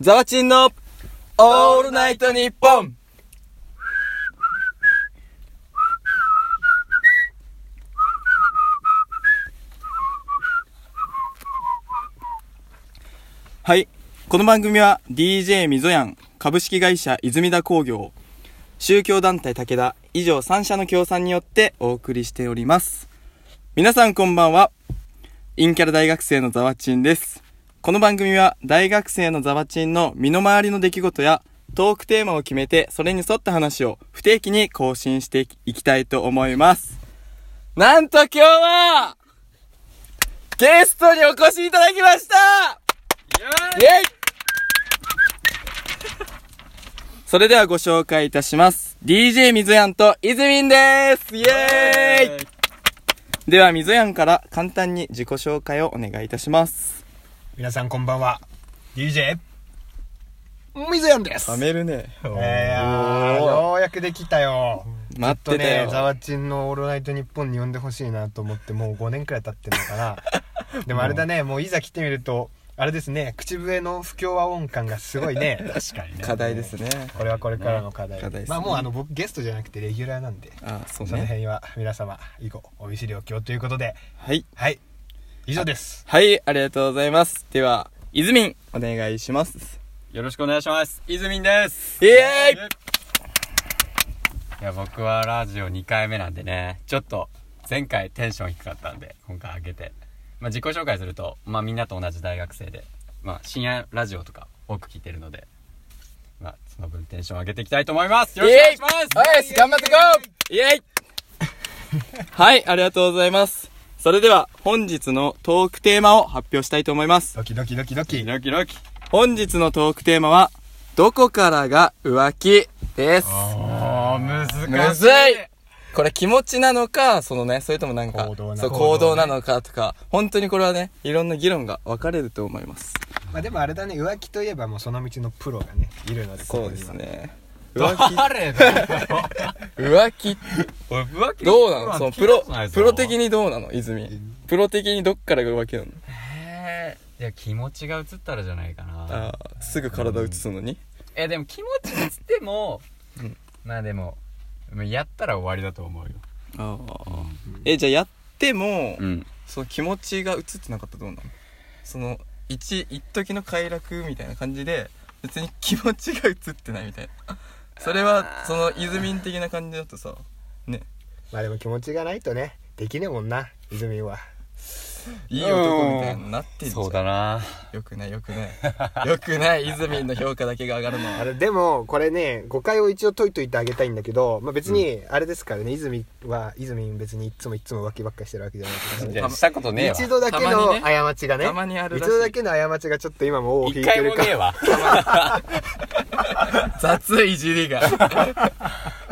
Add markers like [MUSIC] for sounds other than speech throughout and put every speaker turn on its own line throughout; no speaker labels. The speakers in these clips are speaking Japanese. ザワチンのオールナイトニッポンはい。この番組は DJ みぞやん、株式会社泉田工業、宗教団体武田、以上3社の協賛によってお送りしております。皆さんこんばんは。インキャラ大学生のザワチンです。この番組は大学生のザワチンの身の回りの出来事やトークテーマを決めてそれに沿った話を不定期に更新していきたいと思います。なんと今日はゲストにお越しいただきましたイェイそれではご紹介いたします。DJ みずやんとイズミンですイェーイではみずやんから簡単に自己紹介をお願いいたします。
皆さんこんばんは DJ みずやんです
めるね。
えー、
おー
ようやくできたよ
待っ
と
てた
ね
よ。
ざわちんの「オールナイトニッポン」に呼んでほしいなと思ってもう5年くらい経ってるの [LAUGHS] かなでもあれだねもういざ来てみるとあれですね口笛の不協和音感がすごいね [LAUGHS] 確かにね
課題ですね。
これはこれからの課題,、
課題ですね
まあもうあの僕ゲストじゃなくてレギュラーなんで
あ、そう
その
ね。
辺は皆様以後お見知りおきをということで
はい。
はい以上です
はい、ありがとうございます。では、イズミン、お願いします。
よろしくお願いします。いずみんです。
イエーイ
いや、僕はラジオ2回目なんでね、ちょっと前回テンション低かったんで、今回上げて。まあ自己紹介すると、まあみんなと同じ大学生で、まあ深夜ラジオとか多く聞いてるので、まあその分テンション上げていきたいと思います。よろしくお願いします。
イエーイ頑張っていこうイエーイはい、ありがとうございます。それでは、本日のトークテーマを発表したいと思います。
ドキドキドキドキ
ドキドキ。
本日のトークテーマは、どこからが浮気です。
おー、
む
難しい。
ずいこれ気持ちなのか、そのね、それともなんか、
行動なのか
そう行動なのかとか、本当にこれはね、いろんな議論が分かれると思います。
まあでもあれだね浮気といえばもうその道のプロがねいるので
そうで
こ
す
こには
ね。
誰だよ
浮気、
俺浮気
どうなのそのプロ、プロ的
に。
にどうなの泉。プロ的にどっからが浮気なの
えーいや、気持ちが映ったらじゃないかな。
ああ、すぐ体移すのに。
えでも気持ちっつっても、まあでももうやったら終わりだと思うよ
ああ。え、じゃあやっても、
ん
その気持ちが移ってなかったらどうなのその、一、一時の快楽みたいな感じで、別に気持ちが移ってないみたい
[LAUGHS]
な。それは、その、泉的な感じだとさ、ね、
まあでも気持ちがないとねできねえもんな泉はい
い男みたいになってんじゃん。
そうだな
よくないよくない。よくない、泉の評価だけが上がるのは。
[LAUGHS] あれでもこれね誤解を一応解いといてあげたいんだけど、まあ、別にあれですからね、泉は泉別にいつもいつも浮気ばっかりしてるわけじゃないです
い
か
やしたことねえ
ら
わ
一度だけ
たまに
の
ね
過ちがね
たまにある
一
らしい
度だけの過ちがちょっと今も尾を引いて
一回
る
も
か
ねえわ
雑いじ
[LAUGHS]
りが。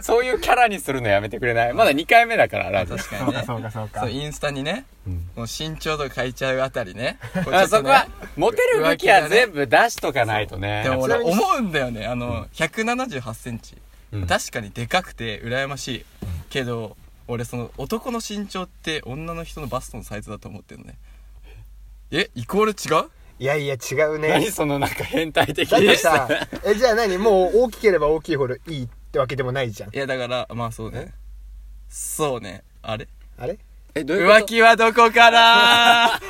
そういうキャラにするのやめてくれないまだ2回目だからラジオ
確かにね。
うかそう
そう、インスタにね、
うん
もう身長とか書いちゃうあたりね。こう
あそこは、モテる武器
浮
は
気だね
全部出しとかないとね
でも俺
ちなみに
思うんだよね、あの、178センチ。
うん
確かにでかくて羨ましい。けど、俺その男の身長って女の人のバストのサイズだと思ってるのね。え、イコール違う
いやいや違う
何
ね
そのなんか変態的
だっ
な
てさえじゃあ何もう大きければ大きいほどいいってわけでもないじゃん
いやだから、まあそうね。そうね。あれ
あれ
えどういうこと
浮気はどこから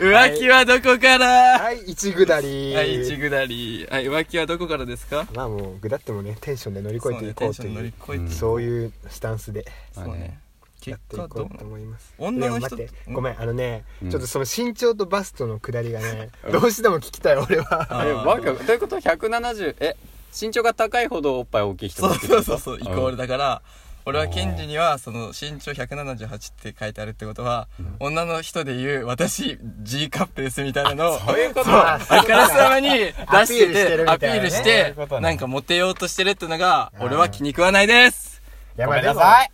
浮気はどこから
はい一ぐだり
はい、一ぐだり。はい、浮気はどこからですか
まあもうぐだってもねテンションで乗り越えていこうと
そうねテンション乗
い
り
う
越えていこう
そういうスタンスで
そうね。
や
結
ってい
果ど
こ
うな
うと
の
思います
女の人
でも待って
うん
ごめんあのね、
うん
ちょっとその身長とバストの下りが
[LAUGHS]
ねどうしても聞きたい俺は
あ
あれわけどういうこと170え身長が高いほどおっぱい大きい人
そうそうそううそう、イコールだから、俺はケンジにはその身長178って書いてあるってことは、女の人で言う私 G カップですみたいなのを、
そういうこと
あ
あからさまに出
アピ
し
ー
て
ルして
て、
る
ア
み
ピ
た
ー
いなね
ルし
そうい
て
うこと、ね
なんかモテようとしてるってのが、俺は気に食わないです
やばい
ご
で
めん
も
なさい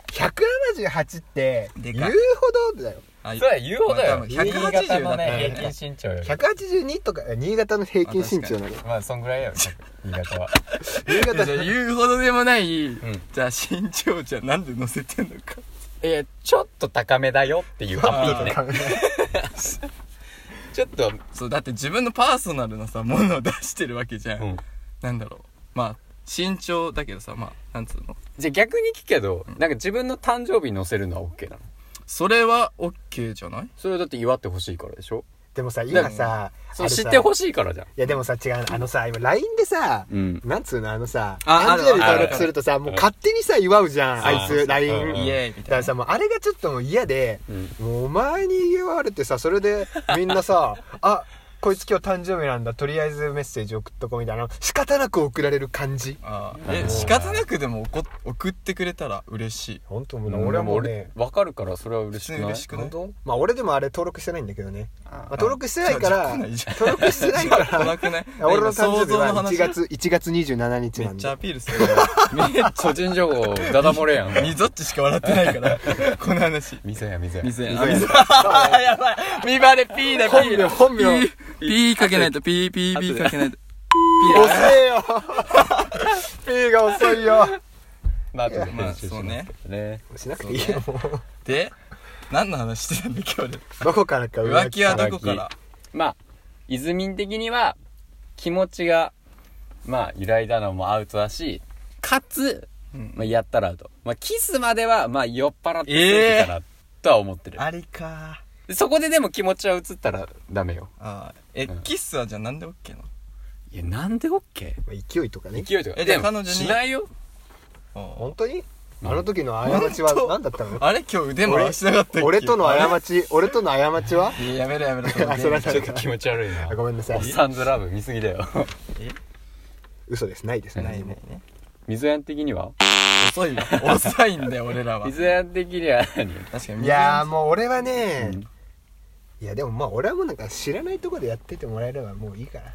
178って
で
言
かいう
ほどだよ
はい
それは言うほどよ、
まあ多分180
180の
だった
ね
ら
平均身長より
182とかえ新潟の平均身長なの
まあそんぐらいやよ新潟は
新潟
じゃあ
の
言うほどでもない、じゃあ身長じゃなんで乗せてんのか。
えちょっと高めだよっていうアピールね
とかね
ちょっと、
そうだって自分のパーソナルなさものを出してるわけじゃん、
うん、
なんだろうまあ身長だけどさまあなんつうの
じゃあ逆に聞くけどなんか自分の誕生日に載せるのは OK なの
それは OK じゃない
それはだって祝ってほしいからでしょ
でもさ今さ
そう知ってほ
しい
しいからじゃん
いやでもさ違うのあのさ今 LINE でさ、
うん
なんつうのあのさ
あ
誕生日
あるある
登録するとさもう勝手にさ祝うじゃん
そう
あいつ
うん
LINE
イエーイみ
だか
たい
ら
な
さもうあれがちょっともう嫌で、
うん
もうお前に言われてさそれでみんなさあこいつ今日誕生日なんだとりあえずメッセージ送っとこうみたいな仕方なく送られる感じ
あ
あ
ー
の
え
ー
仕方なくでも怒送ってくれたら嬉しい
本当もうな俺はもうね
で俺分かるからそれは嬉しくない
嬉しくない
本
まあ俺でもあれ登録してないんだけどね、まあ、登録してないか
じゃあ
ら
来ないじゃん
登録して [LAUGHS] ないか
来な
ら
くない
俺
今
の誕生日
想像の
は
話
1月1月27日
め
なん
っちゃア
で
ピールするよめっ
[LAUGHS] 当個人情報ダダ漏れやん
みぞっちしか笑ってないからこの話
水や水や
水
や
やあ水ややばい見バレピーだピー
本名本名
ピーピーかけないとピーピーピーかけないとピー
遅
だ
え [LAUGHS] よ P が遅いよ
まあ後で
まあ
編集します
そうね
ね
しなくていいよもう
で何の話してたんだっけ俺
どこからか
浮気は
から
どこから
まあ泉的には気持ちがまあ揺らいだのもアウトだしかつ、
うん
まあ、やったらアウト、まあ、キスまではまあ酔っ払っててたかなとは思ってる、
ありか
そこででも気持ちは移ったらダメよ
あーえ
うん
キスはじゃあなんで OK なの
いやなんで OK?
まあ勢いとかね
勢いとか
えで
も
彼女に
しないよ
あ
本当に
うん
あの時の過ちは
本当
何だったの
ーあれ今日腕回してなかったっけ
俺との
あ
過ち俺との過ちは
れいややめろやめろその
[LAUGHS] あそれは
ちょっと気持ち悪いな
あごめんなさい
おっさんずラブ見すぎだよ
嘘ですないです
ない
何
ね
も
水やん的には
遅いわ遅いんだよ俺らは
水やん的には何
確かに
いやー
水
もう俺はね
うん
いやでもまあ俺はもうなんか知らないとこでやっててもらえればもういいから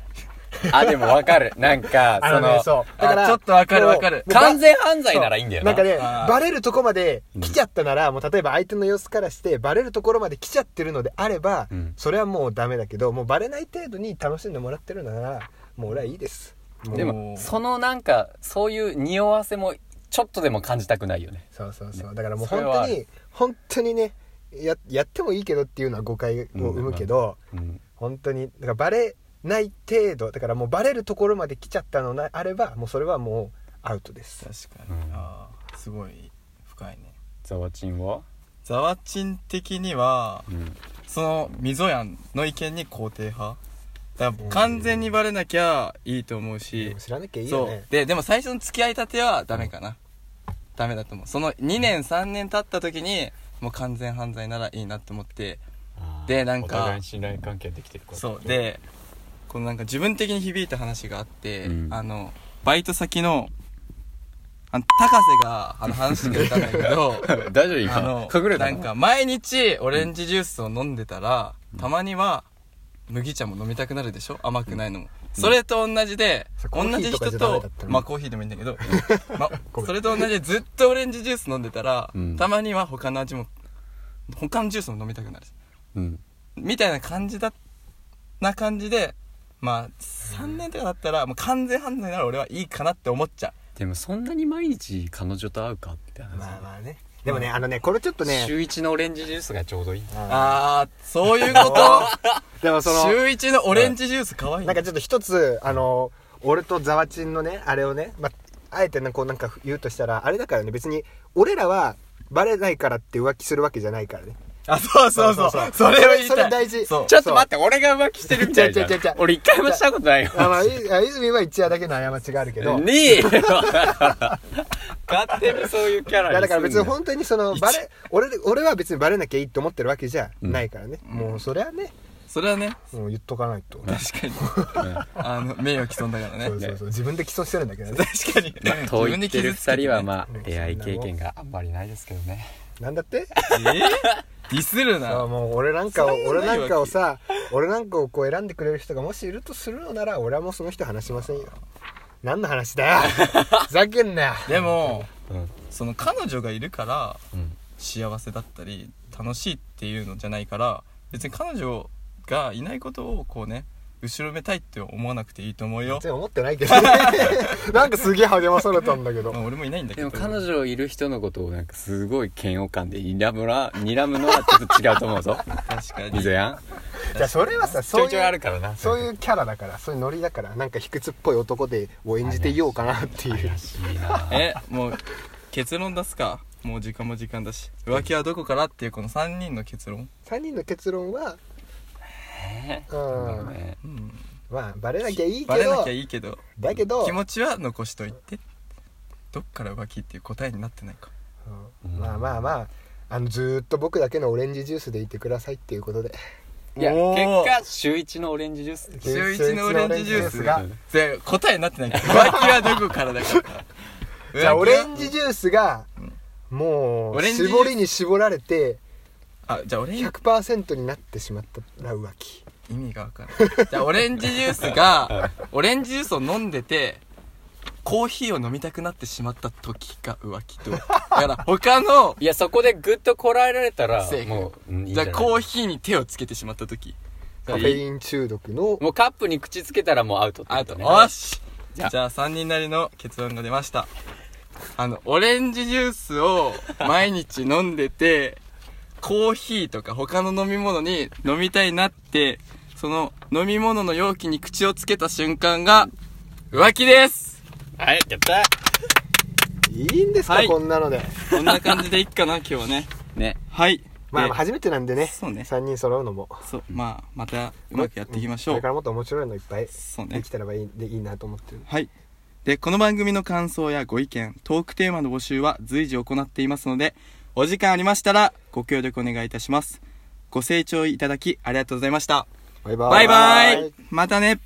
あでもわかるなんか
あのね
そ
そ
の
うだから
あちょっとわかるわかる
もう
完全犯罪ならいいんだよな
なんかね
あー
バレるとこまで来ちゃったならもう例えば相手の様子からしてバレるところまで来ちゃってるのであれば
うん
それはもうダメだけどもうバレない程度に楽しんでもらってるならもう俺はいいですもう
で
も
も
う
そのなんかそういう匂わせもちょっとでも感じたくないよね
そうそうそうだからもう
それ
本
は
当に本当にねややってもいいけどっていうのは誤解を生むけど、
うん
本当にだからバレない程度だからもうバレるところまで来ちゃったのなあればもうそれはもうアウトです
確かに
うん
あーすごい深いね
ザワチンは
ザワチン的には
うん
そのみぞやんの意見に肯定派だから完全にバレなきゃいいと思う
で
し
も知らなきゃいいよ
そ
ね
うででも最初の付き合いたてはダメかな、ダメだと思うその2年3年経った時にもう完全犯罪ならいいなって思ってでなんか
お互いに信頼関係で [LAUGHS] きてるから
そうでこのなんか自分的に響いた話があって、
うん
あのバイト先のあの高瀬があの話してくれたんだけど
[LAUGHS]
大丈夫
あの
今隠れた
なんか毎日オレンジジュースを飲んでたら、たまには麦茶も飲みたくなるでしょ甘くないのも、それと同じで
そ、れ
同じ
コーヒーとか
人
じ
と
ゃダメだったの
まあコーヒーでもいいんだけど、
[LAUGHS]
ま
ごめん
それと同じでずっとオレンジジュース飲んでたら、
うん
たまには他の味も他のジュースも飲みたくなる
うん
みたいな感じだな感じでまあ3年とかだったらもう完全犯罪なら俺はいいかなって思っちゃ
でもそんなに毎日彼女と会うかって話
まあまあねでもねあのねこれちょっとね
週一のオレンジジュースがちょうどいい
うん
あ
ああそういうこと
ーでもその
週一のオレンジジュース可愛い
なんかちょっと一つあの俺とザワチンのねあれをね、まあ、あえてねこうなんか言うとしたらあれだからね別に俺らはバレないからって浮気するわけじゃないからね
あそうそうそうそ
そうそうそう
れを言いたい
それそれ大事
そう
ちょっと待って俺が浮気してるみたいじゃん
違う違う違う違う
俺一回もしたことないよ
あ、まあ、いあ泉は一夜だけの過ちがあるけど
ねえよ勝手にそういうキャラ
いやだから別に
ん [LAUGHS]
本当にそのバレ俺で俺は別にバレなきゃいいと思ってるわけじゃないからね、もうそれはね
それはね
もう言っとかないと、
確かに [LAUGHS] あの名誉毀損だから
そう
ね
そうそう自分で起訴してるんだけどね
確かに
と言ってる二人は
あ
まあ
うん
出会い経験があんまりないですけどね
なんだって
ディスる
あ
な
もう俺なんかを
それはな
俺
いわけ
なんかをさ俺なんかをこう選んでくれる人がもしいるとするのなら俺はもうその人話しませんよ何の
[LAUGHS]
話だよふざけんなよ
でも
うん
その彼女がいるから
うん
幸せだったり楽しいっていうのじゃないから別に彼女がいないことをこうね後ろめたいって思わなくていいと思うよ
全、然思ってないけど
[LAUGHS]
なんかすげえ励まされたんだけど
まあ、俺もいないんだけ
で
ど
も彼女いる人のことをなんかすごい嫌悪感で睨むら睨むのはちょっと違うと思う [LAUGHS] ぞ
確かに
みぞやん
じゃあそれはさ
ち
そ
ょ
う
いちょ
い
いうあるからな
そう
う
いうキャラだからそういうノリだからなんか卑屈っぽい男でを演じていようかなっていう
怪しいな
えもう結論出すかもう時間も時間だし浮気はどこからっていうこの3人の結論
3人の結論は
え
う
なん
ん
かね
うん
まあバレなきゃいい
バ
け
レな
ど
きゃいいけど
だけど
気持ちは残しといてどっから浮気っていう答えになってないか
うんまあまあまああのずーっと僕だけのオレンジジュースでいてくださいっていうことで
いや
お
結
ー
果週一のオレンジジュース
週
週一のオレンジジュース
週一のオレ
が
ンジ
で答えになってない浮気はどこからだから
[LAUGHS] じゃあ
浮
オ
気は
レンジジュースがも
オ
う
レンジジュース
絞りに絞られて
あじゃあオレン
100%になってしまったら浮気
意味がわからないじゃあオレンジジュースがオレンジジュースを飲んでてコーヒーを飲みたくなってしまった時が浮気とだから他の
いやそこでグッとこらえられたら
セーフ
もううんいいん
じゃあ
ない
コーヒーに手をつけてしまった時
カフェイン中毒の
もうカップに口つけたらもうアウトって
あ
こと
と
ね
よしじ
じ
ゃ
ゃ
あ
あ
3人なりの結論が出ましたあのオレンジジュース [LAUGHS] を毎日飲んでてコーヒーとか他の飲み物に飲みたいなってその飲み物の容器に口をつけた瞬間が浮気です
はいやった
いいんですか、
はい
こんなので
こんな感じでいっかな今日はね
ね
はい
まあ
で
初めてなんでね
そうね
3人揃うのも
そうまあまたうまくやっていきまし
こ
ょう
れからもっと面白いのいっぱい
そうね
できたらばいいでいいなと思ってる
はい。で、この番組の感想やご意見、トークテーマの募集は随時行っていますので、お時間ありましたらご協力お願いいたします。ご清聴いただきありがとうございました。
バイバ
バイバイまたね